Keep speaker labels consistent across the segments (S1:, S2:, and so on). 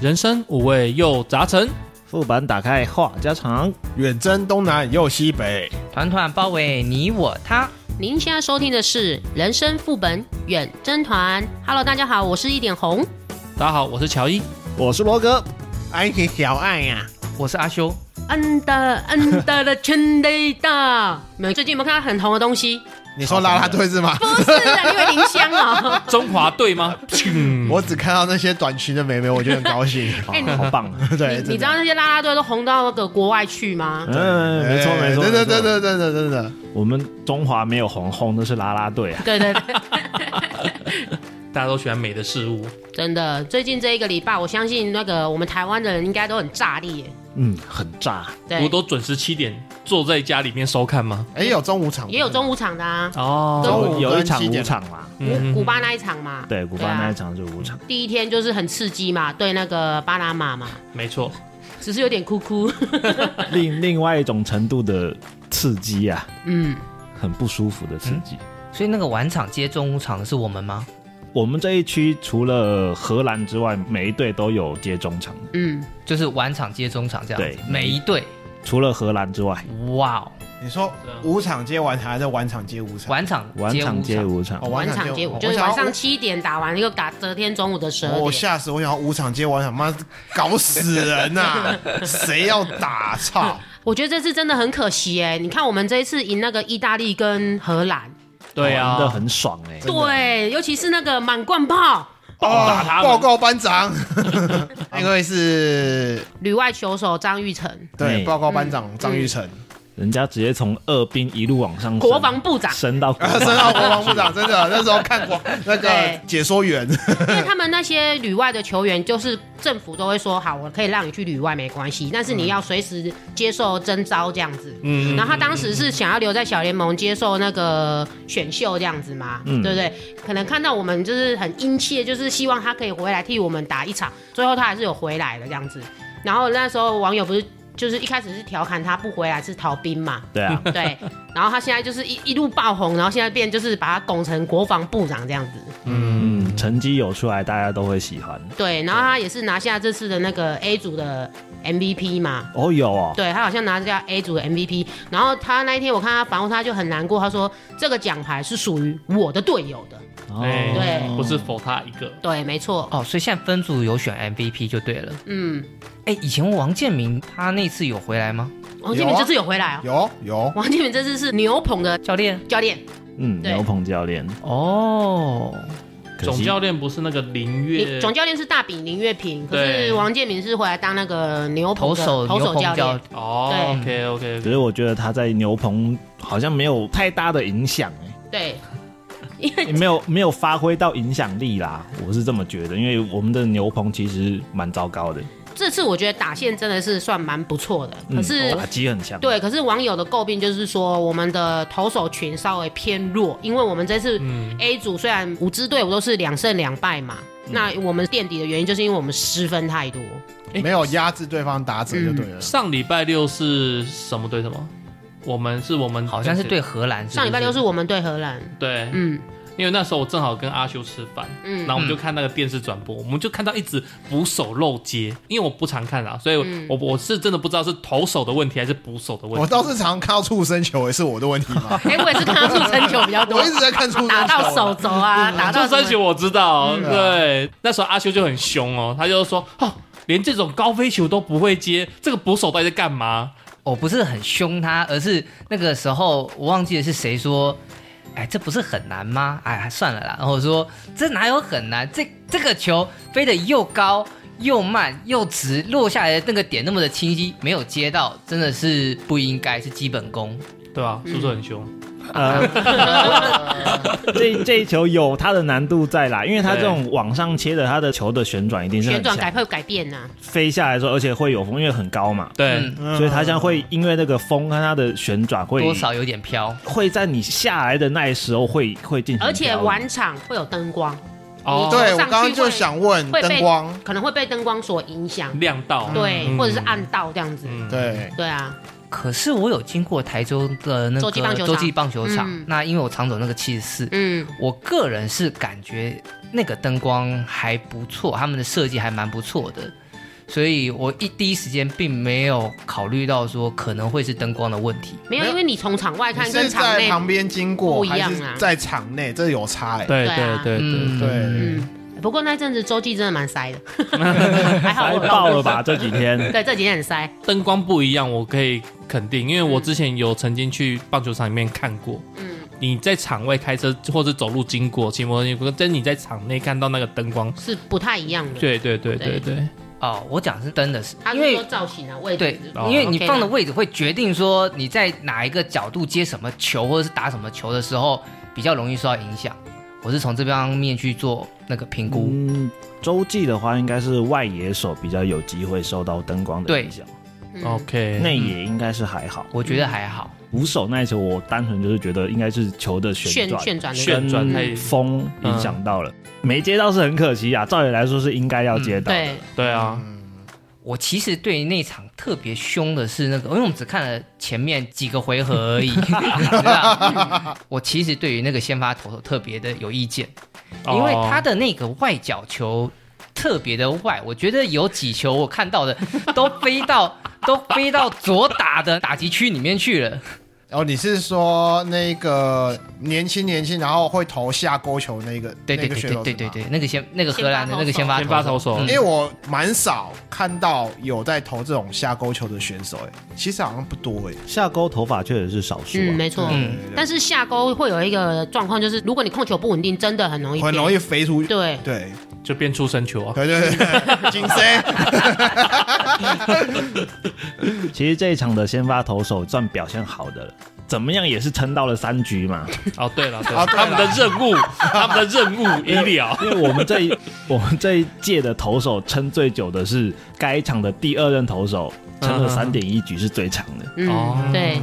S1: 人生五味又杂陈，
S2: 副板打开话家常，
S3: 远征东南又西北，
S4: 团团包围你我他。
S5: 您现在收听的是《人生副本远征团》。Hello，大家好，我是一点红。
S1: 大家好，我是乔伊。
S2: 我是罗哥。
S3: 安琪哎小爱啊呀、
S4: 我是阿修，
S5: 安的安的的全雷的，你们最近有没有看到很红的东西？
S3: 你说啦啦队是吗？
S5: 不是啊，因为林香 哦。
S1: 中华队吗？
S3: 我只看到那些短裙的妹妹，我就很高兴。
S2: 哦
S5: 哎你
S2: 好棒啊！
S3: 对，
S5: 你知道那些啦啦队都红到那个国外去吗？
S2: 嗯，没错没错，
S3: 哎对对对
S2: 没错，
S3: 对对对对对。
S2: 我们中华没有红，红的是啦啦队啊。
S5: 对对对，
S1: 大家都喜欢美的事物，
S5: 真的，最近这一个礼拜，我相信那个我们台湾的人应该都很炸裂。
S2: 嗯，很炸。
S5: 对
S1: 我，都准时七点坐在家里面收看吗？
S3: 哎，有中午场，
S5: 也有中午场的啊，
S1: 哦，
S2: 有有一场
S3: 中
S2: 五
S3: 午跟七点
S2: 场嘛，
S5: 古古巴那一场嘛。
S2: 嗯对，古
S5: 对
S2: 巴
S5: 啊
S2: 那一场是五场。
S5: 第一天就是很刺激嘛，对那个巴拿马嘛，
S1: 没错，
S5: 只是有点哭哭。
S2: 另另外一种程度的刺激啊，
S5: 嗯，
S2: 很不舒服的刺激。
S4: 所以那个晚场接中午场的是我们吗？
S2: 我们这一区除了荷兰之外，每一队都有接中场的，
S5: 嗯，
S4: 就是晚场接中场这样子，
S2: 对
S4: 每一队，
S2: 除了荷兰之外，
S4: 哇哦，
S3: 你说
S1: 对啊
S3: 午场接晚场还是晚场接午场？
S4: 晚场
S2: 晚
S4: 接
S2: 场
S4: 午
S2: 接
S4: 场，
S2: 五场
S3: 哦，
S5: 晚场街舞
S3: 场
S5: 就是
S3: 我想
S5: 晚
S3: 要
S5: 上七点打完，又打隔天中午的十二
S3: 我
S5: 点。
S3: 吓死！我想要午场接晚场，妈搞死人呐、谁要打？操！
S5: 我觉得这次真的很可惜哎，你看我们这一次赢那个意大利跟荷兰，
S1: 对
S2: 玩的
S1: 啊，
S2: 很爽哎、欸。
S5: 对，尤其是那个满贯炮
S1: 暴打他们
S3: 报告班长，那位是
S5: 旅外球手张玉成，
S3: 对
S2: 嗯
S3: 报告班长张玉成，
S2: 人家直接从二兵一路往上升，
S5: 国防部长，
S2: 升 到国
S3: 啊，升
S2: 防，
S3: 到国防部长，真 的那时候看过那个
S5: 对
S3: 解说员，
S5: 因为他们那些旅外的球员，就是政府都会说好，我可以让你去旅外没关系，但是你要随时接受征召这样子。
S1: 嗯，
S5: 然后他当时是想要留在小联盟接受那个选秀这样子嘛，
S2: 嗯
S5: 对不对？可能看到我们就是很殷切，就是希望他可以回来替我们打一场，最后他还是有回来的这样子。然后那时候网友不是就是一开始是调侃他不回来是逃兵嘛，
S2: 对啊，
S5: 对。然后他现在就是一一路爆红，然后现在变就是把他拱成国防部长这样子，
S2: 嗯，成绩有出来，大家都会喜欢。
S5: 对。然后他也是拿下这次的那个 A 组的 MVP 嘛，
S2: 哦，有哦，
S5: 对他好像拿下 A 组的 MVP，然后他那一天我看他访问，他就很难过，他说这个奖牌是属于我的队友的。
S2: 哦
S1: 哎
S5: 对
S1: 不是否他一个，
S5: 对，没错，
S4: 哦，所以现在分组有选 MVP 就对了。
S5: 嗯，
S4: 哎，以前王建民他那次有回来吗？
S5: 王建民这次有回来哦，
S3: 有有，
S5: 王建民这次是牛棚的
S4: 教练？
S5: 教练，
S2: 嗯，
S5: 对
S2: 牛棚教练，
S4: 哦，
S2: 可惜
S1: 总教练不是那个林月，
S5: 总教练是大比林月平，可
S1: 对
S5: 是王建民是回来当那个牛棚
S4: 投
S5: 的
S4: 手
S5: 投手
S4: 牛
S5: 教
S4: 棚
S5: 练。
S1: 哦，OK OK，
S2: 可是我觉得他在牛棚好像没有太大的影响、欸，
S5: 对，
S2: 也没有没有发挥到影响力啦，我是这么觉得，因为我们的牛棚其实蛮糟糕的，
S5: 这次我觉得打线真的是算蛮不错的，可
S2: 嗯
S5: 是。
S2: 打击很强，
S5: 对，可是网友的诟病就是说，我们的投手群稍微偏弱，因为我们这次 A 组虽然五支队伍都是两胜两败嘛，那我们垫底的原因就是因为我们失分太多。
S3: 没有压制对方打者就对
S5: 嗯
S3: 了。
S1: 上礼拜六是什么对什么？我们是我们
S4: 好像是对荷兰，不
S5: 上礼拜六是我们对荷兰，
S1: 对，
S5: 嗯
S1: 因为那时候我正好跟阿修吃饭，然
S5: 嗯？
S1: 后我们就看那个电视转播，我们就看到一直捕手漏接，因为我不常看啊，所以我、我我是真的不知道是投手的问题还是捕手的问
S3: 我
S1: 题。
S3: 倒是常看到畜生球，也是我的问题吗
S5: 哎、我也是看到出生球比较多
S3: 我一，直在看畜生球，
S5: 打到手肘啊，打到
S1: 这
S5: 什么
S1: 嗯三球我知道，哦
S3: 嗯
S1: 对，那时候阿修就很凶哦，他就说哦，连这种高飞球都不会接，这个捕手到底在干嘛？
S4: 我哦不是很凶他，而是那个时候我忘记了是谁说，哎，这不是很难吗？哎，算了啦。然后我说这哪有很难？这这个球飞得又高又慢又直，落下来的那个点那么的清晰，没有接到，真的是不应该是基本功。
S1: 对吧、
S5: 嗯
S1: 是不是很凶？
S2: 呃， 这这一球有它的难度在啦，因为它这种往上切的，它的球的旋转一定是
S5: 旋
S2: 很
S5: 转改
S2: 强，
S5: 会改变啊呐、
S2: 飞下来的时候，而且会有风，因为很高嘛，
S1: 对，
S4: 嗯，
S2: 所以它将会因为那个风和它的旋转会
S4: 多少有点飘。
S2: 会在你下来的那时候会会进行，
S5: 而且晚场会有灯光，
S1: 哦，
S3: 嗯对我刚刚就想问
S5: 会
S3: 灯
S5: 被
S3: 光，
S5: 可能会被灯光所影响，
S1: 亮到，
S5: 对，
S1: 嗯
S5: 或者是暗道这样子，
S1: 嗯，
S3: 对，
S5: 对啊，
S4: 可是我有经过台州的那个
S5: 洲际棒球场
S4: 洲际棒球场，
S5: 嗯
S4: 那因为我常走那个七十四，
S5: 嗯
S4: 我个人是感觉那个灯光还不错，他们的设计还蛮不错的。所以我一第一时间并没有考虑到说可能会是灯光的问题。
S5: 没有，
S3: 没有
S5: 因为你从场外看
S3: 你
S5: 跟
S3: 是
S5: 场
S3: 在
S5: 内
S3: 旁边经过
S5: 不一
S3: 还
S5: 样啊
S3: 是在场内？这有差哎。
S1: 对
S5: 对啊
S1: 对对
S4: 嗯，
S3: 对，
S5: 嗯，不过那阵子周记真的 蛮塞的，还好
S2: 来
S5: 我
S2: 爆了吧？这几天
S5: 对，这几天很塞。
S1: 灯光不一样，我可以肯定，因为我之前有曾经去棒球场里面看过。
S5: 嗯
S1: 你在场外开车或者走路经过骑摩托车，跟你在场内看到那个灯光，
S5: 是不太一样的。，
S1: 对对对对对，
S4: 哦，我讲的是灯的事，
S5: 他
S4: 因
S5: 是
S4: 为
S5: 说造型啊，位置
S4: 对
S5: 是不是，
S1: 哦
S4: 因为你
S5: OK
S4: 放的
S5: 啦
S4: 位置会决定说你在哪一个角度接什么球，或者是打什么球的时候比较容易受到影响。我是从这方面去做那个评估。
S2: 嗯，洲际的话应该是外野手比较有机会受到灯光的
S4: 对
S2: 影响，
S5: 嗯
S1: OK，
S2: 内野应该是还好。
S4: 我觉得还好，
S2: 捕手那一球，我单纯就是觉得应该是球的旋
S5: 旋
S2: 转
S5: 旋嗯转的
S1: 旋转
S5: 嗯
S1: 太
S2: 风影响到了，没接到是很可惜啊。照理来说是应该要接到的，
S5: 嗯对，
S1: 对啊，
S4: 我其实对于那场特别凶的是那个，因为我们只看了前面几个回合而已，你 知道 我其实对于那个先发投手特别的有意见，
S1: 哦
S4: 因为他的那个外角球特别的外，我觉得有几球我看到的都飞到都飞到左打的打击区里面去了。
S3: 然哦后你是说那个年轻年轻，然后会投下勾球那个
S4: 对
S3: 那
S4: 对
S3: 个
S4: 对
S3: 选
S4: 对
S3: 手
S4: 对
S3: 是
S4: 对
S3: 吗
S4: 对，那个先那个荷兰的那个先发
S1: 先发投
S4: 手
S1: 手，
S4: 嗯
S3: 因为我蛮少看到有在投这种下勾球的选手，哎，其实好像不多哎。
S2: 下钩头发确实是少数、啊。
S5: 嗯，没错。
S4: 嗯
S5: 但是下勾会有一个状况，就是如果你控球不稳定，真的很容易
S3: 很
S5: 变
S3: 容易飞出去。
S5: 对
S3: 对
S1: 就变出生 球啊，
S3: 对对对，金身
S2: 其实这一场的先发投手算表现好的了，怎么样也是撑到了三局嘛。
S1: 哦对了，对
S3: 哦对
S1: 他
S3: 啦
S1: 们的任务，他们的任务已了，
S2: 因为我们这一 我们这一届的投手撑最久的是该场的第二任投手，撑了
S1: 嗯嗯嗯
S2: 三点一局是最长的。
S1: 哦
S5: 嗯，对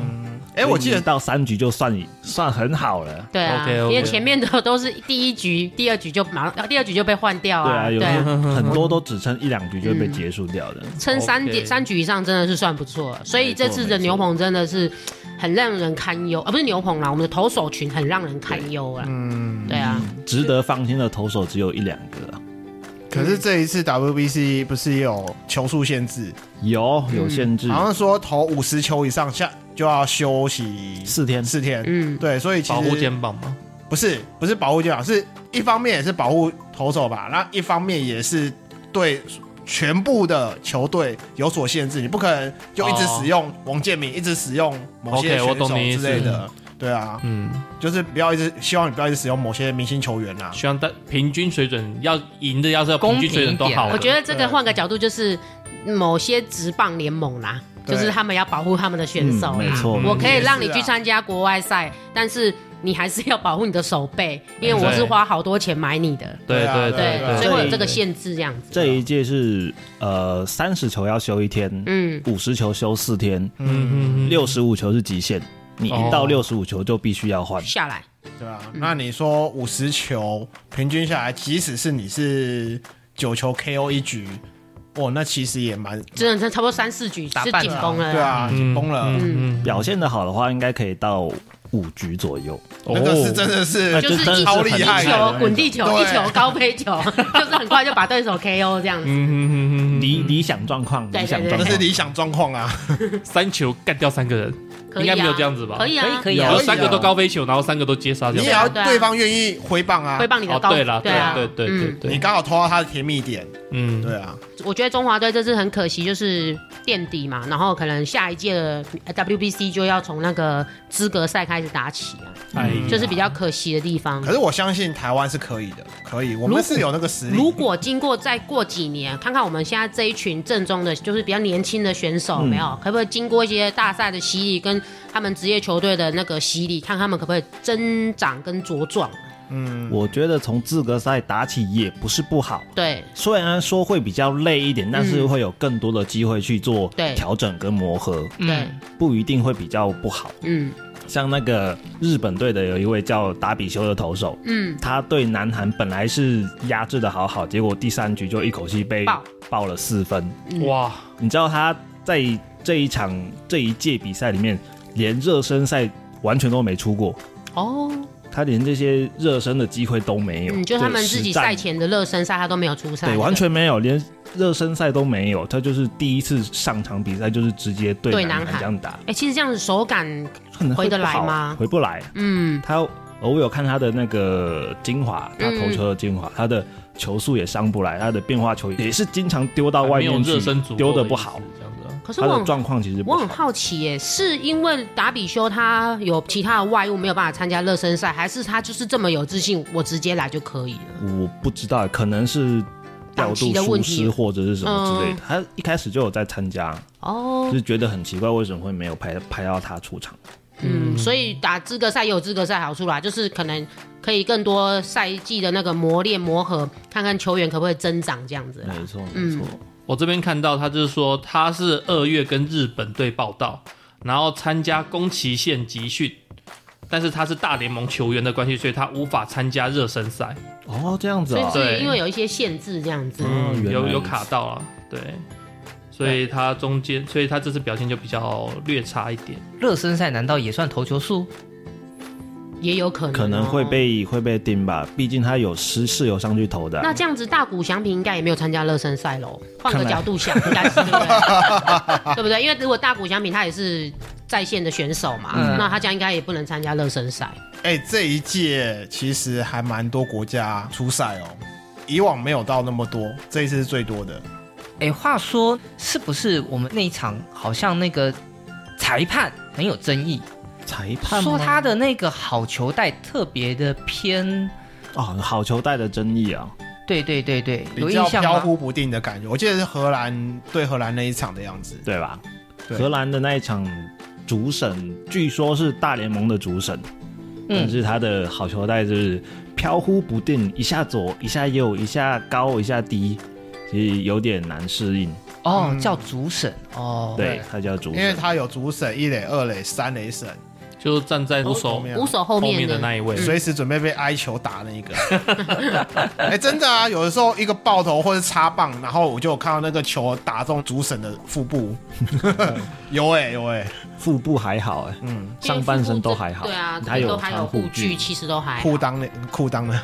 S3: 哎，我记
S2: 所以
S3: 得
S2: 你到三局就算算很好了。
S5: 对啊，因
S1: OK，OK
S5: 为前面的都是第一局、第二局就马上，第二局就被换掉
S2: 对啊，
S5: 啊，
S2: 有
S5: 对
S2: 时候
S5: 啊，
S2: 很多都只撑一两局就被结束掉的。
S5: 撑三点
S1: OK
S5: 三局以上真的是算不错了，所以
S2: 没错
S5: 这次的牛棚真的是很让人堪忧啊，不是牛棚啦，我们的投手群很让人堪忧啊，嗯，对啊，
S2: 值得放心的投手只有一两个啊，
S3: 可是这一次 WBC 不是也有球数限制，
S2: 有有限制，
S3: 好像说投五十球以上下就要休息
S2: 四天
S3: 四天。
S5: 嗯，
S3: 对，所以其实
S1: 保护肩膀嘛，
S3: 不是不是保护肩膀，是一方面也是保护投手吧，那一方面也是对全部的球队有所限制，你不可能就一直
S1: 哦
S3: 使用王建民，一直使用某些
S1: OK，我
S3: 选手
S1: 懂你意
S3: 之
S1: 思
S3: 类的。对啊，
S1: 嗯，
S3: 就是不要一直希望你不要一直使用某些明星球员啊啦。
S1: 希望大平均水准要赢的，要是要平均水准都好的，
S5: 我觉得这个换个角度就是某些职棒联盟啦，
S3: 对
S5: 就是他们要保护他们的选手啦。啊
S2: 嗯没错
S5: 我可以让你
S3: 也是啊
S5: 去参加国外赛，但是你还是要保护你的手背，因为我是花好多钱买你的，
S1: 对
S3: 对啊
S1: 对
S5: 对，
S1: 对，
S5: 所以会有
S1: 对
S5: 这个限制这样子。
S2: 这一届是呃三十球要休一天，
S5: 嗯，
S2: 五十球休四天，
S1: 嗯嗯嗯
S2: 六十五球是极限，你一到
S1: 哦
S2: 六十五球就必须要换。
S5: 下来，
S3: 对啊，
S1: 嗯
S3: 那你说五十球平均下来，即使是你是九球 KO 一局，哇，那其实也蛮
S5: 真的差不多三四局
S4: 打
S5: 是
S4: 半
S5: 紧
S4: 场
S5: 绷了啦。
S3: 对啊，紧绷了。
S1: 嗯，
S2: 表现的好的话，应该可以到五局左右。
S1: 哦
S3: 那个是真的是
S2: 哦
S5: 就是
S2: 这真的
S5: 一
S3: 超厉害
S5: 一
S3: 的那
S5: 球
S3: 种
S5: 滚地球，
S3: 对
S5: 一球高飞球， 就是很快就把对手 KO 这样子。
S1: 嗯嗯嗯
S2: 理理想状况，
S5: 对
S2: 理想
S5: 对对
S2: 状
S3: 那
S2: 况
S3: 是理想状况啊！
S1: 嗯，三球干掉三个人，
S5: 可以啊
S1: 应该没有这样子吧
S5: 可以啊，
S4: 可以可以啊
S1: 有
S3: 可以啊
S1: 三个都高飞球，然后三个都接杀
S3: 你
S1: 掉
S3: 也。要
S5: 对啊
S3: 对方愿意回棒啊
S5: 会，帮你的
S1: 哦，
S5: 高。
S1: 对了，对
S5: 啊，
S1: 对对对
S5: 嗯
S1: 对，
S3: 你刚好偷到他的甜蜜点，
S1: 嗯，
S3: 对啊，
S5: 我觉得中华队这次很可惜，就是垫底嘛，然后可能下一届的呃 WBC 就要从那个资格赛开始打起啊，
S2: 哎呀
S5: 这是比较可惜的地方
S3: 可。是我相信台湾是可以的，可以，我
S5: 如果
S3: 们是有那个实
S5: 如
S3: 力。
S5: 果经过再过几年，看看我们现在这一群正宗的，就是比较年轻的选手，
S2: 嗯
S5: 有没有可不可以经过一些大赛的洗礼，跟他们职业球队的那个洗礼，看他们可不可以增长跟茁壮？
S2: 我觉得从资格赛打起也不是不好，
S5: 对，
S2: 虽然说会比较累一点，但是会有更多的机会去做
S5: 对
S2: 调整跟磨合，
S5: 对，
S2: 不一定会比较不好。
S5: 嗯
S2: 像那个日本队的有一位叫达比修的投手，
S5: 嗯，
S2: 他对南韩本来是压制的好好，结果第三局就一口气被
S5: 爆
S2: 爆了四分。
S5: 嗯
S1: 哇，
S2: 你知道他在这一场这一届比赛里面，连热身赛完全都没出过，
S5: 哦，
S2: 他连这些热身的机会都没有。
S5: 嗯，就他们自己
S2: 实战
S5: 赛前的热身赛，他都没有出赛，
S2: 对，完全没有，连热身赛都没有，他就是第一次上场比赛就是直接对
S5: 对
S2: 南
S5: 南
S2: 韩
S5: 韩
S2: 这样打，
S5: 哎、其实这样子手感，
S2: 可能会
S5: 回得
S2: 不好
S5: 来吗
S2: 回不来。
S5: 嗯，
S2: 他我有看他的那个精华，他投球的精华，他的球速也上不来，他的变化球也是经常丢到
S1: 还
S2: 外
S1: 没有
S2: 面去
S1: 热身足，
S2: 丢的不好，，
S1: 这样子啊。
S5: 可是
S2: 他
S5: 我
S2: 的
S5: 很
S2: 状况其实不
S5: 我很
S2: 好。
S5: 好奇耶，是因为达比修他有其他的外物没有办法参加热身赛，还是他就是这么有自信，我直接来就可以了？
S2: 我不知道，可能是调
S5: 档期
S2: 度
S5: 的
S2: 疏
S5: 问题
S2: 失或者是什么之类
S5: 嗯
S2: 的。他一开始就有在参加，就
S5: 哦，
S2: 是觉得很奇怪，为什么会没有拍拍到他出场？
S5: 嗯，所以打资格赛也有资格赛好处啦，就是可能可以更多赛季的那个磨练磨合，看看球员可不可以增长这样子啦。
S2: 没错，没错。
S1: 我这边看到他就是说他是二月跟日本队报道，然后参加宫崎县集训，但是他是大联盟球员的关系，所以他无法参加热身赛，
S2: 哦，这样子
S5: 嗯所以嗯
S2: 啊、
S1: 这
S5: 是
S1: 对
S5: 因为有一些限制这样子。
S2: 哦原来
S1: 有
S2: 如
S1: 有
S2: 此
S1: 卡到啊，对，所以他中间，所以他这次表现就比较略差一点。
S4: 热身赛难道也算投球数？
S5: 也有可能、哦
S2: 可能会。被会被盯吧，毕竟他有师室友上去投的啊、
S5: 那这样子，大谷翔平应该也没有参加热身赛喽。换个
S2: 看来
S5: 角度想，应该是对不对？对不对？因为如果大谷翔平他也是在线的选手嘛，
S4: 嗯
S5: 那他这样应该也不能参加热身赛。
S3: 哎、这一届其实还蛮多国家出赛哦，以往没有到那么多，这一次是最多的。
S4: 哎，话说是不是我们那一场好像那个裁判很有争议，
S2: 裁判
S4: 说
S2: 吗
S4: 他的那个好球带特别的偏，
S2: 哦，好球带的争议啊，
S4: 对对对对，有
S3: 比
S4: 印
S3: 较
S4: 象
S3: 飘
S4: 吗？
S3: 忽不定的感觉。我记得是荷兰对荷兰那一场的样子，
S2: 对吧？
S3: 对
S2: 荷兰的那一场主审，据说是大联盟的主审，但
S4: 嗯，
S2: 是他的好球带就是飘忽不定，一下左，一下右，一下高，一下低，其实有点难适应。
S4: 哦，
S3: 嗯
S4: 叫主审哦，
S2: 对，他叫主
S3: 因为
S2: 审。
S3: 他有主审、一垒、二垒、三垒审，
S1: 就站
S2: 哦
S1: 在捕手
S3: 后面啊
S5: 五手后面
S1: 的
S5: 的
S1: 那一位，
S3: 随时准备被挨球打那一个。 哎、真的啊，有的时候一个爆头或者插棒，然后我就有看到那个球打中主审的腹部， 有哎、有哎、
S2: 腹部还好哎、
S3: 嗯，
S5: 因为
S2: 上半身都还好，
S5: 对啊，
S2: 他
S5: 都
S2: 有
S5: 还
S2: 穿
S5: 有护具，
S2: 具，
S5: 其实都还好
S3: 裤裆呢？裤裆呢？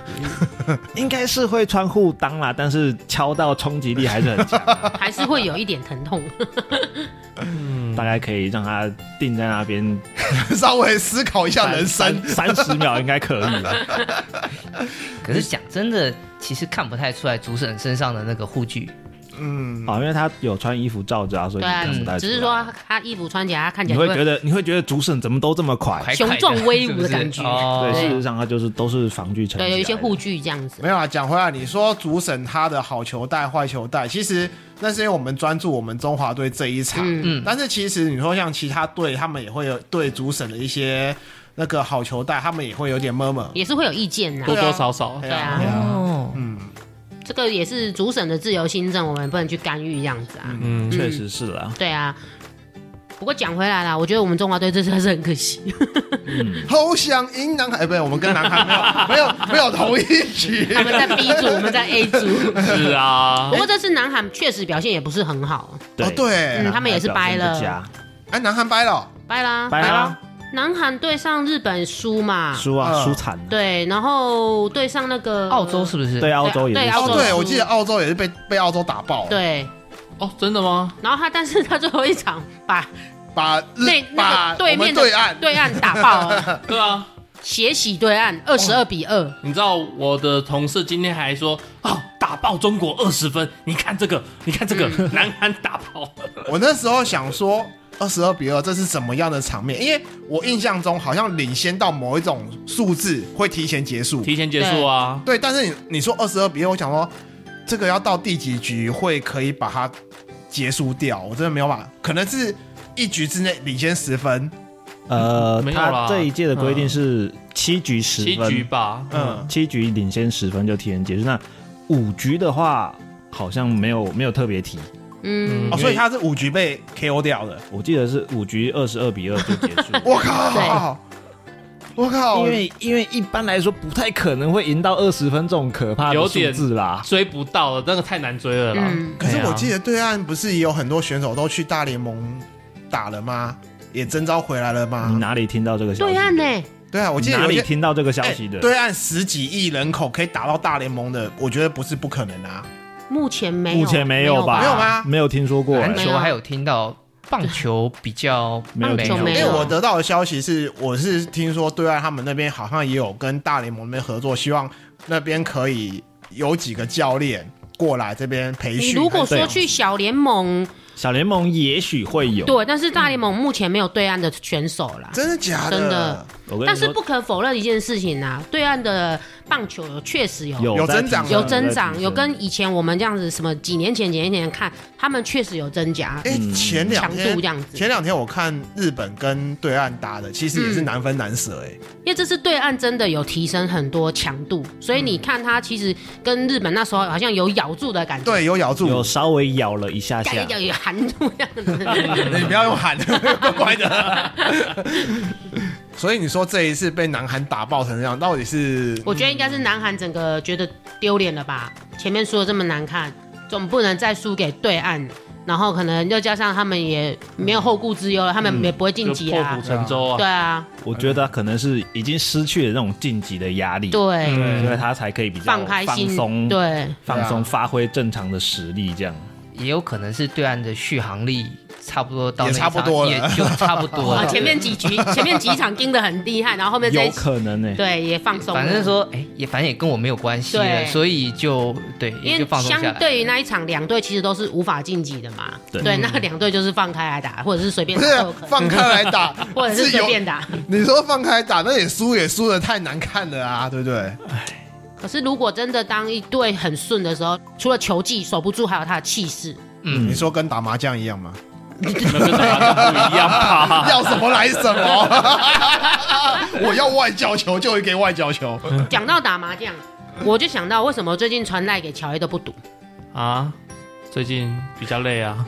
S2: 应该是会穿护裆啦，但是敲到冲击力还是很强 啊、
S5: 还是会有一点疼痛。嗯
S2: 大概可以让他定在那边
S3: 稍微思考一下人生。
S2: 三十秒应该可以吧？
S4: 可是讲真的，其实看不太出来主审身上的那个护具。
S3: 嗯，
S2: 好，因为他有穿衣服罩着啊，所以
S5: 对
S2: 你
S5: 啊
S2: 看不太出，来
S5: 只是说他衣服穿起来，他看起
S2: 你
S5: 来
S2: 会
S5: 就
S2: 觉得你会觉得主审怎么都这么快？
S4: 快
S5: 雄
S4: 快
S5: 壮威武的
S4: 是不是
S5: 感觉
S4: 哦
S2: 对，事实上他就是都是防具成。
S5: 对有一些护。具这样子。
S3: 没有啊。讲回来，你说主审他的好球带、坏球带，其实那是因为我们专注我们中华队这一场。
S5: 嗯，
S4: 嗯
S3: 但是其实你说像其他队，他们也会有对主审的一些那个好球带，他们也会有点么么。
S5: 也是会有意见呐
S1: 多。
S3: 对
S1: 多少
S2: 嗯
S1: 少
S3: 哎
S5: 对
S3: 呀
S5: 啊
S3: 哎呀
S4: 哦，
S3: 嗯，
S5: 这个也是主审的自由新政，我们不能去干预这样子啊。
S1: 嗯，
S2: 确实是啦，
S5: 对啊。不过讲回来啦，我觉得我们中华队这次还是很可惜，
S3: 好想赢南海，哎不是我们跟南海没有没有没有同一局。
S5: 他们在 B 组，我们在 A 组。
S1: 是啊
S5: 不，过这次南韩确实表现也不是很好，
S3: 哦，对
S5: 嗯，他们也是掰了啊
S2: 表现不佳
S3: 哎，南韩掰了，
S5: 拜啦。
S2: 掰啦，
S5: 南韩对上日本输嘛，
S2: 输啊，
S3: 嗯
S2: 输惨了。
S5: 对，然后对上那个
S4: 澳洲是不是？
S2: 对，澳洲也
S5: 对
S2: 是
S5: 澳
S3: 哦，
S5: 洲
S2: 输。
S3: 对，我记得澳洲也是被被澳洲打爆，，
S5: 对，
S1: 哦，真的吗？
S5: 然后他但是他最后一场把
S3: 把
S5: 那
S3: 日
S5: 那
S3: 把
S5: 个对
S3: 我们
S5: 面的
S3: 对岸
S5: 对岸打爆 了，
S1: 对啊，
S5: 血洗对岸二十二比二。
S1: 你知道我的同事今天还说哦，打爆中国二十分，你看这个，你看这个，
S3: 嗯
S1: 南韩打爆，
S3: 我那时候想说，二十二比二这是什么样的场面？因为我印象中好像领先到某一种数字会提前结束，
S1: 提前结束啊，
S3: 对。但是你你说二十二比二，我想说这个要到第几局会可以把它结束掉？我真的没有办法，可能是一局之内领先十分，
S2: 呃，
S3: 嗯
S1: 没有啦
S2: 他这一届的规定是七局十
S1: 七
S2: 分，
S1: 局吧，
S3: 嗯，
S2: 七局领先十分就提前结束。那五局的话，好像没有没有特别提，
S5: 嗯，
S3: 哦，所以他是五局被 KO 掉的。
S2: 我记得是五局二十二比二就结束。
S3: 我靠！我靠！
S2: 因为因为一般来说不太可能会赢到二十分这种可怕
S1: 有
S2: 的数
S1: 点
S2: 字啦。
S1: 追不到了，那个太难追了啦。
S5: 嗯
S3: 可是
S1: 对
S3: 我
S1: 啊
S3: 记得对岸不是也有很多选手都去大联盟打了吗？也征召回来了吗？
S2: 你哪里听到这个消息？
S5: 对岸呢、
S3: 对啊啊，我记得
S2: 哪
S3: 有
S2: 里
S3: 些
S2: 听到这个消
S3: 哎
S2: 息的？
S3: 对岸十几亿人口可以打到大联盟的，我觉得不是不可能啊。
S5: 目前没有，
S2: 目前没有吧？
S3: 没有吗
S2: 没有听说过。
S4: 篮
S2: 哎
S5: 没
S4: 球
S5: 有
S4: 还有听到，棒球比较
S2: 没有
S5: 棒球
S2: 听说过
S5: 没
S3: 因为
S5: 有，
S3: 我得到的消息是，我是听说对岸他们那边好像也有跟大联盟那边合作，希望那边可以有几个教练过来这边培
S5: 你
S3: 训。
S5: 如果
S3: 还是
S2: 啊
S5: 说去小联盟，
S2: 小联盟也许会有。
S5: 对，但是大联盟目前没有对岸的选手啦。
S3: 真的假
S5: 真的
S2: 我跟你
S5: 但是
S2: 说
S5: 不可否认一件事情啊，对岸的棒球有确实有
S2: 有
S3: 有
S2: 在
S3: 增长
S2: 提升
S5: 有增
S2: 在
S5: 长，
S2: 提升
S5: 有跟以前我们这样子什么几年前、几年前看，他们确实有增加
S3: 哎、前两
S5: 强度
S3: 天
S5: 这样子，
S3: 前两天我看日本跟对岸打的，其实也是难分难舍哎、
S5: 因为这次对岸真的有提升很多强度，所以你看它其实跟日本那时候好像有咬住的感觉，
S3: 对，有咬 住，
S2: 有稍微咬了一下
S5: 干
S2: 下
S5: 一。脚也含住这样子。
S3: 你不要用喊的，怪怪 的。 所以你说这一次被南韩打爆成这样，到底是
S5: 我觉得应该是南韩整个觉得丢脸了吧？前面说的这么难看，总不能再输给对岸，然后可能又加上他们也没有后顾之忧了，他们也不会晋
S1: 就
S5: 级
S1: 破
S5: 啊
S1: 釜。沉舟啊
S5: 对。啊，
S2: 我觉得可能是已经失去了那种晋级的压力，
S5: 对，
S2: 所以他才可以比较
S5: 放开心
S2: 放，松，
S5: 对，
S2: 嗯放
S3: 对啊
S2: 松发挥正常的实力这样。
S4: 也有可能是对岸的续航力差不多到
S3: 也
S4: 那一
S3: 差不
S4: 场
S3: 多了
S4: 也就差不多
S5: 啊，
S4: 了。
S5: 前面几局前面几场盯得很厉害，然后后面再
S2: 有可能欸呢、
S5: 对也放松了，
S4: 反正说，哎、也反正也跟我没有关系了，
S5: 对
S4: 所以就对，也
S5: 因
S4: 就
S5: 为
S4: 放松下
S5: 相
S4: 来。
S5: 对于那一场，两队其实都是无法晋级的嘛。
S2: 对
S5: 对，那两队就是放开来打，或者是随便
S3: 不
S5: 打
S3: 是
S5: 都有
S3: 啊
S5: 可能，，
S3: 放开来打
S5: 或者是
S3: 是
S5: 随
S3: 有
S5: 便打。
S3: 你说放开打，那也输也输的太难看了啊，对不对？
S5: 可是如果真的当一队很顺的时候，除了球技守不住，还有他的气势。
S3: 你说跟打麻将一样吗？
S1: 那跟大家就不一样
S5: 啊
S1: 吧？
S3: 要什么来什 么，我要外交球就会给外交球。
S5: 讲到打麻将，我就想到为什么最近传赖给乔伊都不赌，
S1: 啊，最近比较累啊，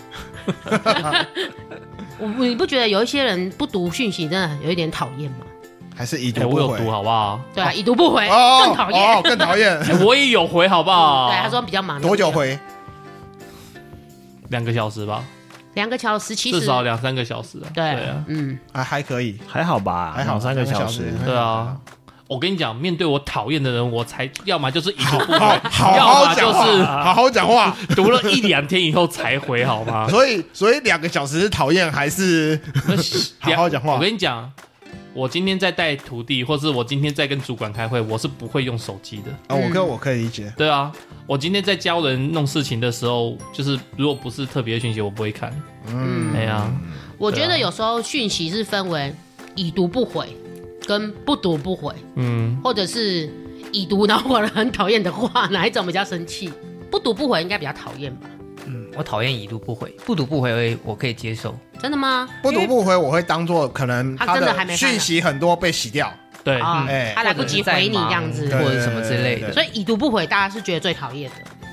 S5: 我你不觉得有一些人不读讯息真的有一点讨厌吗？
S3: 还是已
S1: 哎，
S3: 读
S1: 我
S3: 不
S1: 有
S3: 回？
S1: 读好不好？
S5: 对啊，已读不回
S3: 哦
S5: 更讨厌
S3: 哦。更讨厌。
S1: 哎我也有回好不好？
S5: 对，他说比较忙。
S3: 多久？回？
S1: 两个小时吧，
S5: 两个小时，其实
S1: 至少两三个小时啊。
S5: 对
S1: 啊，
S5: 嗯，
S3: 啊，还可以，
S2: 还好吧，
S3: 还好
S2: 两三个小
S3: 时
S2: 时。。
S1: 对啊。我跟你讲，面对我讨厌的人，我才要么就是已 读不
S3: 好
S1: 回，
S3: 好
S1: 要
S3: 好
S1: 么
S3: 讲
S1: 就
S3: 话，
S1: 是
S3: 好好 讲话。
S1: 读了一两天以后才回，好 吗？
S3: 所以，所以两个小时是讨厌还是好好讲话
S1: 我跟你讲，我今天在带徒弟，或是我今天在跟主管开会，我是不会用手机的。
S3: 啊？我跟我可以理解。
S1: 对啊，我今天在教人弄事情的时候，就是如果不是特别的讯息，我不会看。嗯，哎呀，
S5: 我觉
S1: 对啊
S5: 得有时候讯息是分为已读不回跟不读不回。
S1: 嗯，
S5: 或者是已读然后我很讨厌的话，哪一种比较生气？不读不回应该比较讨厌吧？
S4: 嗯，我讨厌已读不回，不读不回我可以接受。
S5: 真的吗？
S3: 不读不回，我会当做可能
S5: 他
S3: 他
S5: 真的还没
S3: 的
S5: 看啊
S3: 讯息很多被洗掉。
S1: 对，
S5: 啊
S4: 嗯，
S3: 哎
S5: 他来不及回你这样子
S4: 或，
S3: 对
S4: 者是什么之
S3: 对
S4: 类
S3: 对对
S4: 的。
S5: 所以已读不回大家是觉得最讨厌的，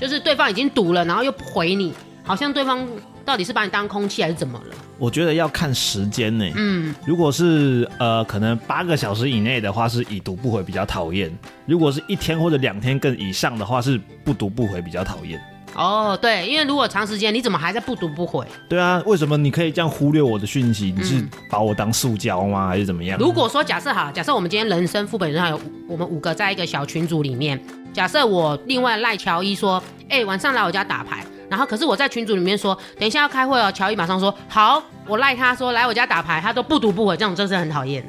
S5: 就是对方已经读了，然后又不回你，好像对方到底是把你当空气还是怎么了？
S2: 我觉得要看时间呢、
S5: 嗯，
S2: 如果是呃，可能八个小时以内的话，是已读不回比较讨厌；如果是一天或者两天更以上的话，是不读不回比较讨厌。
S5: 哦，对，因为如果长时间，你怎么还在不读不回？
S2: 对啊，为什么你可以这样忽略我的讯息？你是
S5: 嗯
S2: 把我当塑胶吗？还是怎么样？
S5: 如果说假设好，假设我们今天人生副本上有我们五个在一个小群组里面，假设我另外赖乔伊说，哎、晚上来我家打牌，然后可是我在群组里面说，等一下要开会哦，乔伊马上说好，我赖他说来我家打牌，他都不读不回，这种真是很讨厌 的。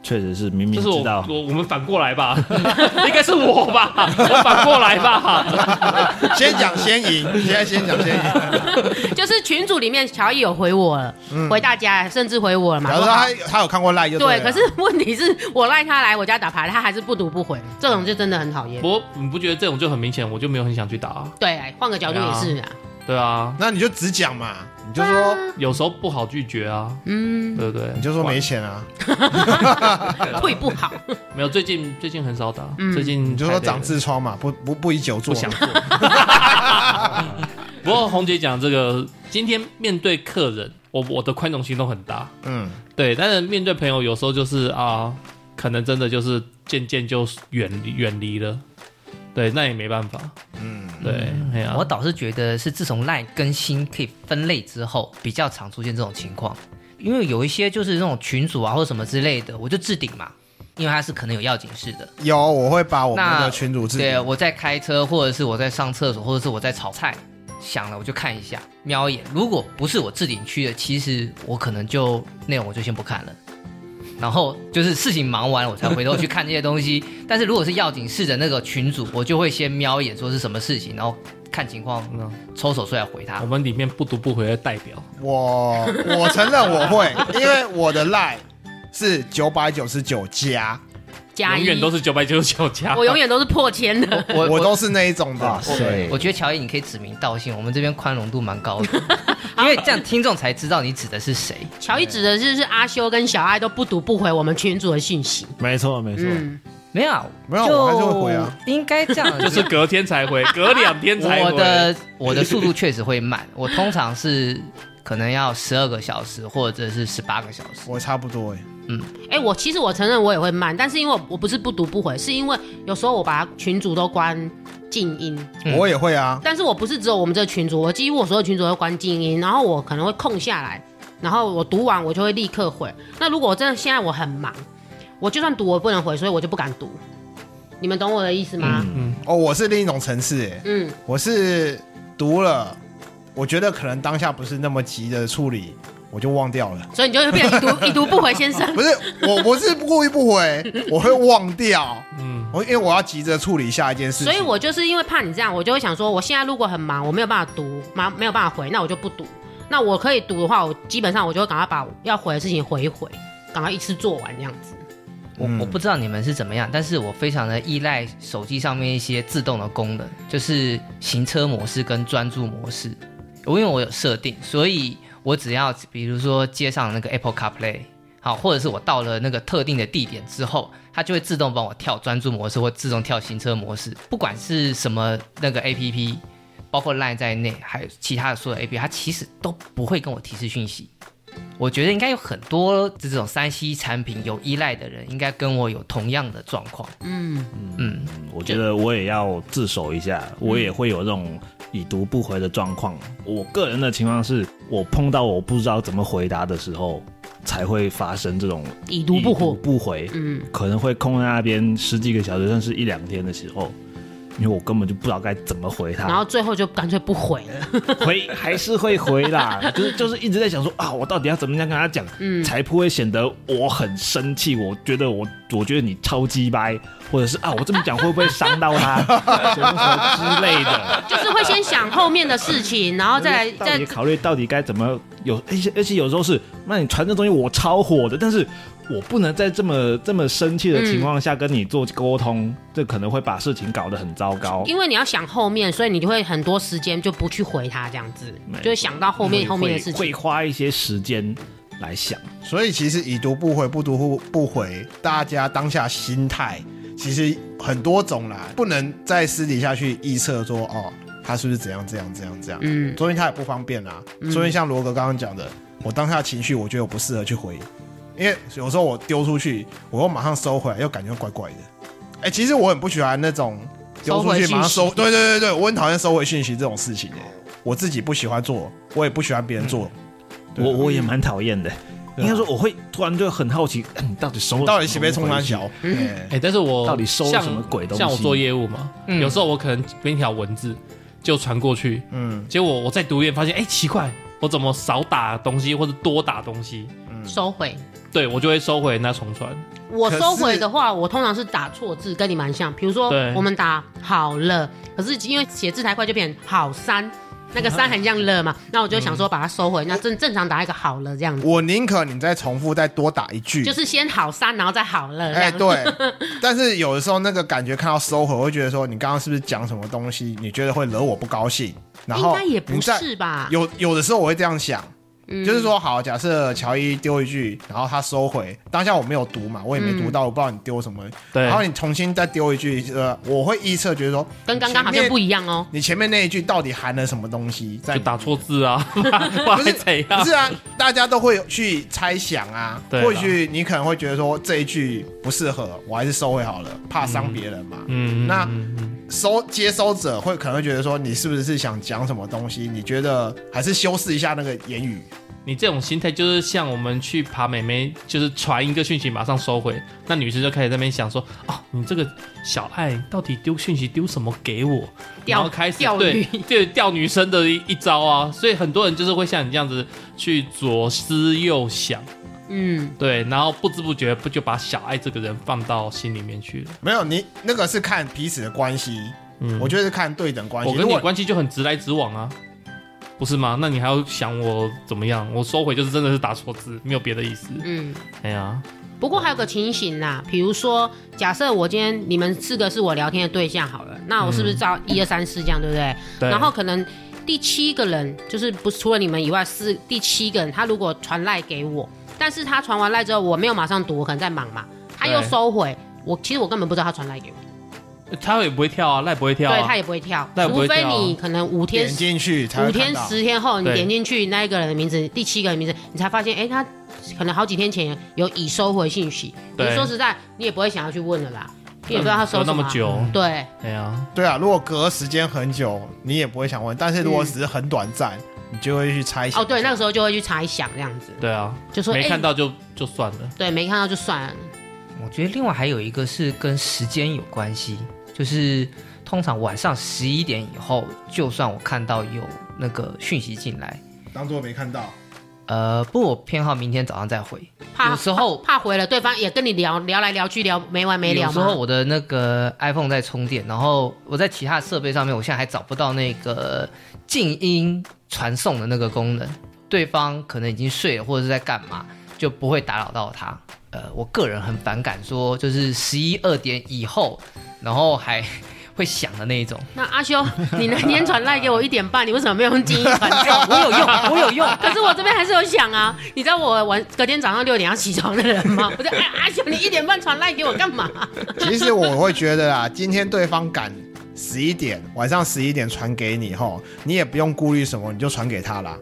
S2: 确实是明
S1: 就
S2: 明
S1: 是我
S2: 知道，
S1: 我我们反过来吧， 应该是我吧，我反过来吧。
S3: 先讲先赢，现在先讲先 赢。
S5: 就是群组里面乔伊有回我了，回大家甚至回我了嘛，
S3: 假如
S5: 说
S3: 说
S5: 好
S3: 他他有看过赖就
S5: 对，啊
S3: 了
S5: 可是问题是我赖他来我家打牌，他还是不读不回，这种就真的很讨厌
S1: 不。过你不觉得这种就很明显，我就没有很想去打、啊。
S5: 对，换个角度也是啊，
S1: 对啊，
S3: 那你就只讲嘛，你就说
S1: 有时候不好拒绝啊，
S5: 嗯，
S1: 对不对？
S3: 你就说没钱啊，
S5: 退不 好。
S1: 没有，最近最近很少打，
S5: 嗯
S1: 最近
S3: 你就说长
S1: 自。
S3: 痔疮嘛，不不不以久坐
S1: 不
S3: 嘛
S1: 想。做。不过红姐讲这个，今天面对客人，我我的宽容心都很大，
S3: 嗯，
S1: 对。但是面对朋友，有时候就是啊，可能真的就是渐渐就远离远离了，对，那也没办法，嗯，对，哎呀、
S4: 我倒是觉得是自从 LINE 更新可以分类之后，比较常出现这种情况，因为有一些就是那种群组啊或者什么之类的，我就置顶嘛，因为它是可能有要紧事的。
S3: 有，我会把我们
S4: 那
S3: 的群主置
S4: 对，
S3: 顶。
S4: 我在开车，或者是我在上厕所，或者是我在炒菜，想了我就看一下，瞄一眼。如果不是我置顶区的，其实我可能就内容我就先不看了。然后就是事情忙完，我才回头去看这些东西。 但是如果是要紧事的那个群主，我就会先瞄一眼，说是什么事情，然后看情况
S1: 嗯
S4: 抽手出来回他
S1: 我。们里面不读不回的代表，
S3: 我我承认我会，因为我的 line 是九百九十九加，
S5: 加
S1: 永
S5: 一，
S1: 远都是九百九十九加。
S5: 我永远都是破千的。
S4: 我
S3: 我都是那一种
S2: 哇
S3: 的。
S2: 塞
S4: 我，觉得乔伊，你可以指名道姓，我们这边宽容度蛮高的， 因为这样听众才知道你指的是谁。
S5: 乔伊指的是是阿修跟小爱都不读不回我们群主的讯息。
S2: 没错没错，
S5: 嗯，
S4: 没有，啊
S3: 没有我还是会回啊。
S4: 应该 这样，
S1: 就是隔天才 回，隔两天才
S4: 我
S1: 回。
S4: 的我的速度确实会慢，我通常是可能要十二个小时或者是十八个小时。
S3: 我差不多哎、
S5: 哎、我其实我承认我也会慢，但是因为我我不是不读不回，是因为有时候我把群主都关静音，
S4: 嗯
S3: 我也会啊。
S5: 但是我不是只有我们这个群主，我几乎我所有群主都关静音，然后我可能会空下来，然后我读完我就会立刻回。那如果我真的现在我很忙，我就算读我也不能回，所以我就不敢读。你们懂我的意思吗？
S2: 嗯
S3: 哦，我是另一种层次哎、
S5: 嗯，
S3: 我是读了，我觉得可能当下不是那么急的处理，我就忘掉了。
S5: 所以你就会变成一读一读不回先生。
S3: 不是，我不是故意不回，我会忘掉。
S1: 嗯，
S3: 我因为我要急着处理下一件事情，
S5: 所以我就是因为怕你这样，我就会想说，我现在如果很忙，我没有办法读，忙没有办法回，那我就不读。那我可以读的话，我基本上我就会赶快把要回的事情回一回，赶快一次做完这样子。
S4: 我
S3: 嗯
S4: 我不知道你们是怎么样，但是我非常的依赖手机上面一些自动的功能，就是行车模式跟专注模式。我因为我有设定，所以我只要比如说接上那个 Apple CarPlay，好，或者是我到了那个特定的地点之后，它就会自动帮我跳专注模式或自动跳行车模式，不管是什么那个 APP，包括 Line 在内，还有其他的所有 APP，它其实都不会跟我提示讯息。我觉得应该有很多这种三 C 产品有依赖的人，应该跟我有同样的状况。
S5: 嗯，
S4: 嗯，
S2: 我觉得我也要自首一下，
S5: 嗯
S2: 我也会有这种已读不回的状况。我个人的情况是，我碰到我不知道怎么回答的时候，才会发生这种
S5: 已读不
S2: 已
S5: 回。
S2: 不回，
S5: 嗯，
S2: 可能会空在那边十几个小时，甚至一两天的时候，因为我根本就不知道该怎么回
S5: 然
S2: 他，
S5: 后最后就干脆不回了。
S2: 回 还是会回啦，就是就是一直在想说啊，我到底要怎么样跟他讲，
S5: 嗯
S2: 才不会显得我很生气？我觉得我我觉得你超鸡掰，或者是啊，我这么讲会不会伤到 他，什么什么之类的。
S5: 就是会先想后面的事情，然 后再来
S2: 到
S5: 再
S2: 底考虑到底该怎么有，而且而且有时候是，那你传这东西我超火的，但是我不能在这么这么生气的情况下跟你做沟通，这可能会把事情搞得很糟糕。
S5: 因为你要想后面，所以你就会很多时间就不去回他这样子，就会想到后面
S2: 嗯会
S5: 后面的事
S2: 会
S5: 情。
S2: 花一些时间来想。
S3: 所以其实已读不回，不读不不回，大家当下心态其实很多种啦，不能在私底下去臆测说哦，他是不是怎样怎样怎样怎样。
S5: 嗯，
S3: 昨天他也不方便啦，昨天像罗格刚刚讲的，我当下情绪我觉得我不适合去回，因为有时候我丢出去，我又马上收回来，又感觉怪怪的。哎、其实我很不喜欢那种丢出去马上
S5: 收
S3: 收，
S5: 回讯息
S3: 对对对对，我很讨厌收回讯息这种事情、欸，我自己不喜欢做，我也不喜欢别人做。
S5: 嗯
S3: 对
S2: 我
S3: 啊
S2: 我也蛮讨厌的，应该说我会突然就很好奇， 哎你到底收了
S3: 到底
S2: 什
S3: 喜
S2: 么
S3: 不喜冲
S2: 东
S3: 南
S2: 西
S3: 小？？
S5: 嗯
S3: 哎
S1: 哎、但是我
S2: 到底收了
S1: 像
S2: 什么鬼东西
S1: 像我做业务嘛，
S4: 嗯
S1: 有时候我可能编一条文字就传过去，
S3: 嗯，
S1: 结果我再读一遍发现，哎、奇怪，我怎么少打东西或者多打东西？
S5: 收回。
S1: 对我就会收回那重传。
S5: 我
S3: 可是
S5: 收回的话，我通常是打错字，跟你蛮像。比如说
S1: 对
S5: 我们打好了，可是因为写字太快，就变成好三，那
S3: 啊
S5: 个三很像了嘛，那我就想说把它收
S3: 嗯
S5: 回，那正正常打一个好了这样子，
S3: 我宁可你再重复，再多打一句。
S5: 就是先好三，然后再好了这
S3: 哎、
S5: 样子。
S3: 对。但是有的时候那个感觉看到收回，我会觉得说你刚刚是不是讲什么东西？你觉得会惹我不高兴？然
S5: 应
S3: 后
S5: 该也不
S3: 你再
S5: 是吧？
S3: 有有的时候我会这样想，
S5: 嗯
S3: 就是说，好，假设乔伊丢一句，然后他收回，当下我没有读嘛，我也
S5: 嗯
S3: 没读到，我不知道你丢什么，
S1: 对
S3: 然后你重新再丢一句，呃，我会臆测，觉得说
S5: 跟刚刚好像不一样哦。
S3: 你前面那一句到底含了什么东西在
S1: 就
S3: 里面？
S1: 打错字 啊， 不
S3: 不是
S1: 然怎
S3: 不
S1: 样？
S3: 是啊，大家都会有去猜想啊。
S1: 对啦
S3: 或许你可能会觉得说这一句不适合，我还是收回好了，怕伤别人嘛。
S1: 嗯，
S3: 那
S1: 嗯嗯
S3: 收接收者会可能会觉得说你是不是想讲什么东西？你觉得还是修饰一下那个言语，
S1: 嗯你这种心态就是像我们去爬美眉，就是传一个讯息马上收回，那女生就开始在那边想说，哦，你这个小爱到底丢讯息丢什么给 我？然后
S5: 钓
S1: 开始
S5: 钓
S1: 对
S5: 鱼
S1: 对钓女生的一一招啊，所以很多人就是会像你这样子去左思右想，
S5: 嗯，
S1: 对，然后不知不觉不就把小爱这个人放到心里面去了。
S3: 没有你那个是看彼此的关系，
S1: 嗯，
S3: 我觉得是看对等关系。
S1: 我跟
S3: 如
S1: 你
S3: 果
S1: 关系就很直来直往啊，不是吗？那你还要想我怎么样？我收回就是真的是打错字，没有别的意思。
S5: 嗯，
S1: 哎呀，
S5: 不过还有个情形啦，比如说，假设我今天你们四个是我聊天的对象好了，那我是不是照一二三四这样，对不对？
S1: 嗯对，
S5: 然后可能第七个人就是不除了你们以外是第七个人，他如果传赖给我，但是他传完赖之后我没有马上读，我可能在忙嘛，他又
S1: 对
S5: 收回，我其实我根本不知道他传赖给我，
S1: 他也不会跳啊，赖不会跳
S5: 对他
S1: 啊，
S5: 也不会跳，
S1: 赖不
S5: 除
S1: 会
S5: 非
S1: 跳啊
S5: 你可能五天
S3: 点进去才
S5: 五
S3: 会看
S5: 天
S3: 到。
S5: 十天后你
S1: 对
S5: 点进去那一个人的名字，第七个人的名字，你才发现，哎、他可能好几天前有已收回信息，你
S1: 对
S5: 说实在，你也不会想要去问了啦，你也不知道他收
S1: 有
S5: 什
S1: 那
S5: 么
S1: 么
S5: 啊。
S1: 久，
S5: 对，
S1: 哎呀，
S3: 对啊，如果隔时间很久，你也不会想问。但是如果只是很短暂，你就会去猜想。
S5: 嗯哦，对，那个时候就会去猜想这样子，
S1: 对啊，
S5: 就说
S1: 没
S5: 哎
S1: 看到就就算了。
S5: 对，没看到就算了。
S4: 我觉得另外还有一个是跟时间有关系，就是通常晚上十一点以后，就算我看到有那个讯息进来，
S3: 当做没看到。
S4: 呃，不，我偏好明天早上再回。
S5: 怕
S4: 有时候
S5: 怕怕回了，对方也跟你聊聊来聊去聊没完没了
S4: 有时候
S5: 嘛。
S4: 我的那个 iPhone 在充电，然后我在其他设备上面，我现在还找不到那个静音传送的那个功能。对方可能已经睡了，或者是在干嘛，就不会打扰到他。呃，我个人很反感说，就是十一二点以后，然后还会响的那一 种。
S5: 那阿修，你 那天传赖给我一点半，你为什么没有用静音传送？
S4: 我有用，我有用。
S5: 可是我这边还是有想啊，你知道我晚隔天早上六点要起床的人 吗？我就哎阿修，你一点半传赖给我干嘛？
S3: 其实我会觉得啦， 今天对方赶十一点，晚上十一点传给你后，你也不用顾虑什么，你就传给他啦。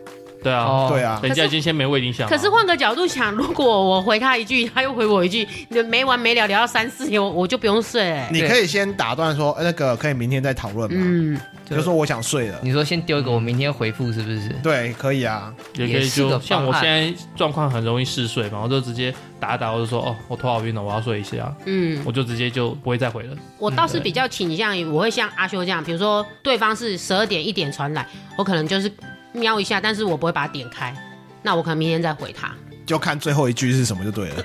S1: 对啊，
S5: 哦
S3: 对，啊，
S1: 人家已经先没为你想了。
S5: 可是换个角度想，如果我回他一句，他又回我一句，你没完没了聊到三四点，我我就不用睡、欸。
S3: 你可以先打断说，呃那个可以明天再讨论嘛，
S5: 嗯，
S3: 就说我想睡了。
S4: 你说先丢一个，我明天回复是不是？
S3: 对，可以啊。
S1: 也可
S4: 也
S1: 以
S4: 是个
S1: 就像我
S4: 方案
S1: 现在状况很容易嗜睡嘛，我就直接打一打，我就说哦，我头好晕了，我要睡一下，
S5: 嗯，
S1: 我就直接就不会再回了。
S5: 我倒是比较倾向于我会像阿修这样，比如说对方是十二点一点传来，我可能就是瞄一下，但是我不会把它点开，那我可能明天再 回他。
S3: 就看最后一句是什么就 对了。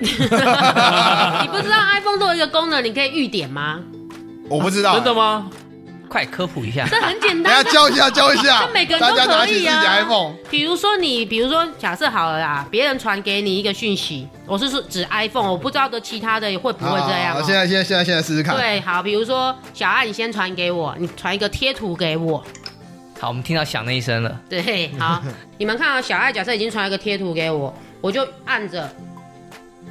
S5: 你不知道 iPhone 都有一个功能，你可以预点吗？
S3: 我不知道、
S1: 真的吗？
S4: 快科普一下。
S5: 这很简
S3: 等一
S5: 单啊
S3: 下，教一下，教一下。
S5: 这每个人
S3: 大
S5: 都
S3: 家拿
S5: 可
S3: 起自
S5: 以
S3: 己
S5: 啊
S3: 的 iPhone，
S5: 比如说你，比如说假设好了啦，别人传给你一个讯息，我是说指 iPhone，我不知道的其他的会不会这样、
S3: 好啊
S5: 哦
S3: 现在，现在，现在，现在试试看。
S5: 对，好，比如说小爱，你先传给我，你传一个贴图给我。
S4: 好，我们听到响那一声了。
S5: 对， 好，你们看啊，小爱假设已经传一个贴图给我，我就按着，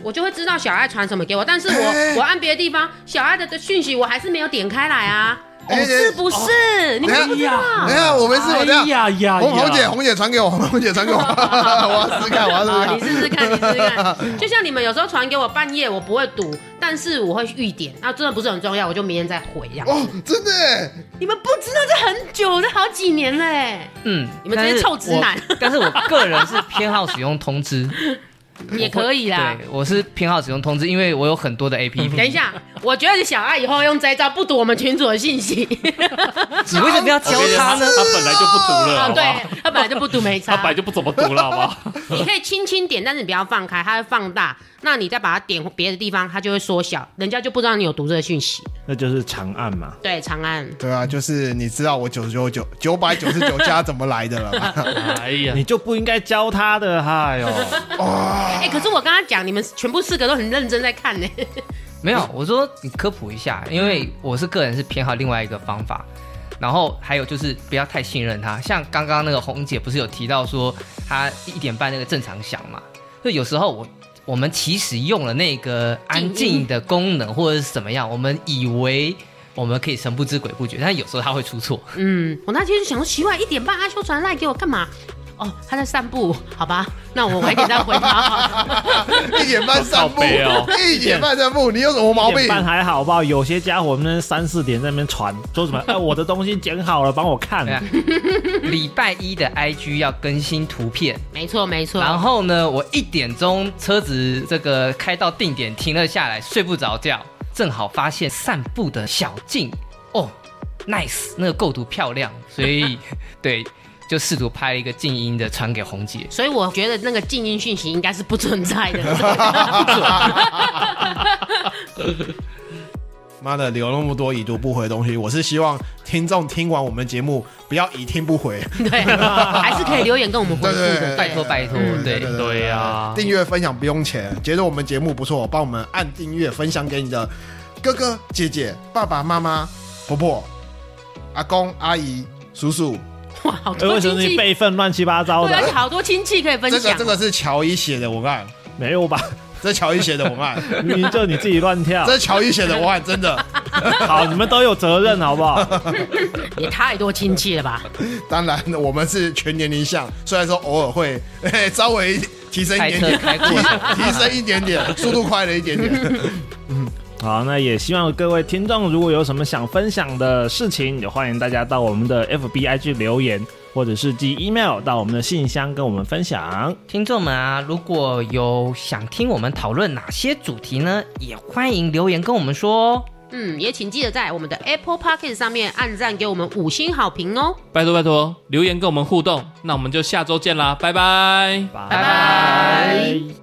S5: 我就会知道小爱传什么给我。但是我、
S3: 哎
S5: 我按别的地方，小爱的的讯息我还是没有点开来啊，
S3: 哎哦
S5: 是不是？你们不知道？
S3: 等一下，我们是我这
S1: 哎
S3: 样。
S1: 呀呀！
S3: 红红姐，
S1: 呀
S3: 红姐传给我，红姐传给我， 我要试试看，
S1: 啊
S3: 我要试试
S5: 好，
S3: 看
S5: 你。试试看，你试试 看。就像你们有时候传给我半夜，我不会读，但是我会预点，那真的不是很重要，我就明天再回这样。
S3: 哦，真的耶！
S5: 你们不知道这很久，这好几年嘞，
S4: 嗯，
S5: 你们这些臭直男
S4: 但是我。但是我个人是偏好使用通知，
S5: 也可以啦。
S4: 对，我是偏好使用通知，因为我有很多的 A P
S5: 等
S4: P。
S5: 一下，我觉得小爱以后用这一招不读我们群主的信息
S4: 你为什么要教
S1: 我跟你
S4: 他
S1: 讲
S4: 呢？
S1: 他本来就不读了，
S5: 啊，
S1: 好不
S5: 对
S1: 好？，
S5: 他本来就不读没
S1: 他本
S5: 差
S1: 来。就不怎么读了，好不好？
S5: 你可以轻轻点，但是你不要放开，它会放大。那你再把它点别的地方，它就会缩小，人家就不知道你有读这个讯息。
S2: 那就是长按嘛。
S5: 对，长安，
S3: 对啊，就是你知道我九十九九九百九十九加怎么来的了 吧？
S1: 哎呀
S2: 你，就不应该教他的，嗨
S3: 哦
S2: 哟，
S5: 哎、可是我刚刚讲，你们全部四个都很认真在看呢、
S4: 没有，我说你科普一下，因为我是个人是偏好另外一个方法。然后还有就是不要太信任他，像刚刚那个红姐不是有提到说她一点半那个正常响嘛，就有时候我我们其实用了那个安静的功能或者是怎么样，我们以为我们可以神不知鬼不觉，但有时候它会出错。
S5: 嗯，我那天就想说奇怪，一点半阿修传赖给我干嘛？哦，他在散步，好吧，那我晚一点再回他 好了。
S3: 一点半散
S1: 好
S3: 步
S1: 靠北哦，
S3: 一点半散步，你有什么毛病？
S2: 办还好吧，有些家伙们三四点在那边传，说 什么哎我的东西剪好了，帮我看
S3: 哎
S4: 对。啊礼拜一的 IG 要更新图片，
S5: 没错没错，
S4: 然后呢，我一点钟车子这个开到定点停了下来，睡不着觉，正好发现散步的小径，哦，nice，那个构图漂亮，所以对，就试图拍了一个静音的传给红姐。
S5: 所以我觉得那个静音讯息应该是不存在的。
S3: 妈的，留那么多已读不回的东西，我是希望听众听完我们节目不要已听不回。
S5: 对，还是可以留言跟我们回复
S3: 对对
S5: 的。
S3: 对
S4: 拜托拜托，
S3: 嗯
S4: 对，
S1: 对呀
S3: 订阅分享不用钱，觉得我们节目不错，帮我们按订阅分享给你的哥哥、姐姐、爸爸妈妈、婆婆、阿公、阿姨、叔叔。
S5: 哇，好
S2: 哎，为
S5: 多
S2: 什
S5: 亲
S2: 么你
S5: 戚，对，
S2: 备份乱七八糟
S5: 而且
S3: 啊
S2: 的？
S5: 好多亲戚可以分
S3: 这个
S5: 享。
S3: 这个是乔伊写的文案，
S2: 没 有吧？
S3: 这是乔伊写的文案，
S2: 你就你自己乱跳
S3: 这。是乔伊写的文案，真的。
S2: 好，你们都有责任，好不好？
S5: 也太多亲戚了吧？
S3: 当然，我们是全年龄向，虽然说偶尔会、嘿稍微提升一
S4: 开
S3: 点
S4: 车
S3: 点，
S4: 开过
S3: 提
S4: 头。
S3: 提升一点点，速度快了一点点。
S2: 好，那也希望各位听众，如果有什么想分享的事情，也欢迎大家到我们的 FBIG 留言，或者是寄 email 到我们的信箱跟我们分享。
S4: 听众们啊，如果有想听我们讨论哪些主题呢，也欢迎留言跟我们说哦。
S5: 嗯，也请记得在我们的 Apple p o c k e t 上面按赞给我们五星好评哦。
S1: 拜托拜托，留言跟我们互动，那我们就下周见啦，拜拜。
S2: 拜
S4: 拜。